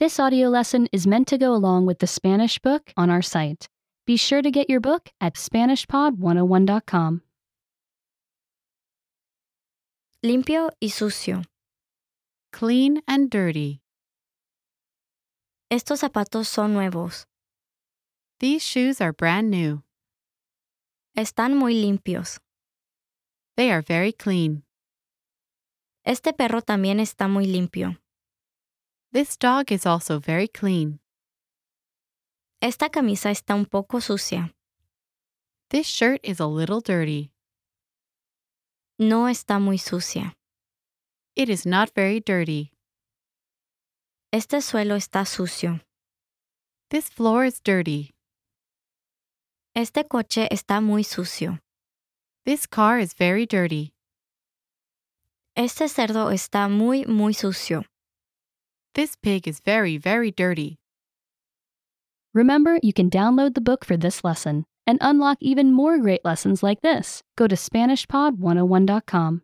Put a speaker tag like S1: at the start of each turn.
S1: This audio lesson is meant to go along with the Spanish book on our site. Be sure to get your book at SpanishPod101.com.
S2: Limpio y sucio.
S3: clean and dirty.
S2: Estos zapatos son nuevos.
S3: These shoes are brand new.
S2: Están muy limpios.
S3: They are very clean.
S2: Este perro también está muy limpio.
S3: This dog is also very clean.
S2: Esta camisa está un poco sucia.
S3: This shirt is a little dirty.
S2: No está muy sucia.
S3: It is not very dirty.
S2: Este suelo está sucio.
S3: This floor is dirty.
S2: Este coche está muy sucio.
S3: This car is very dirty.
S2: Este cerdo está muy, muy sucio.
S3: This pig is very, very dirty.
S1: Remember, you can download the book for this oh lesson and unlock even more great lessons like this. Go to SpanishPod101.com.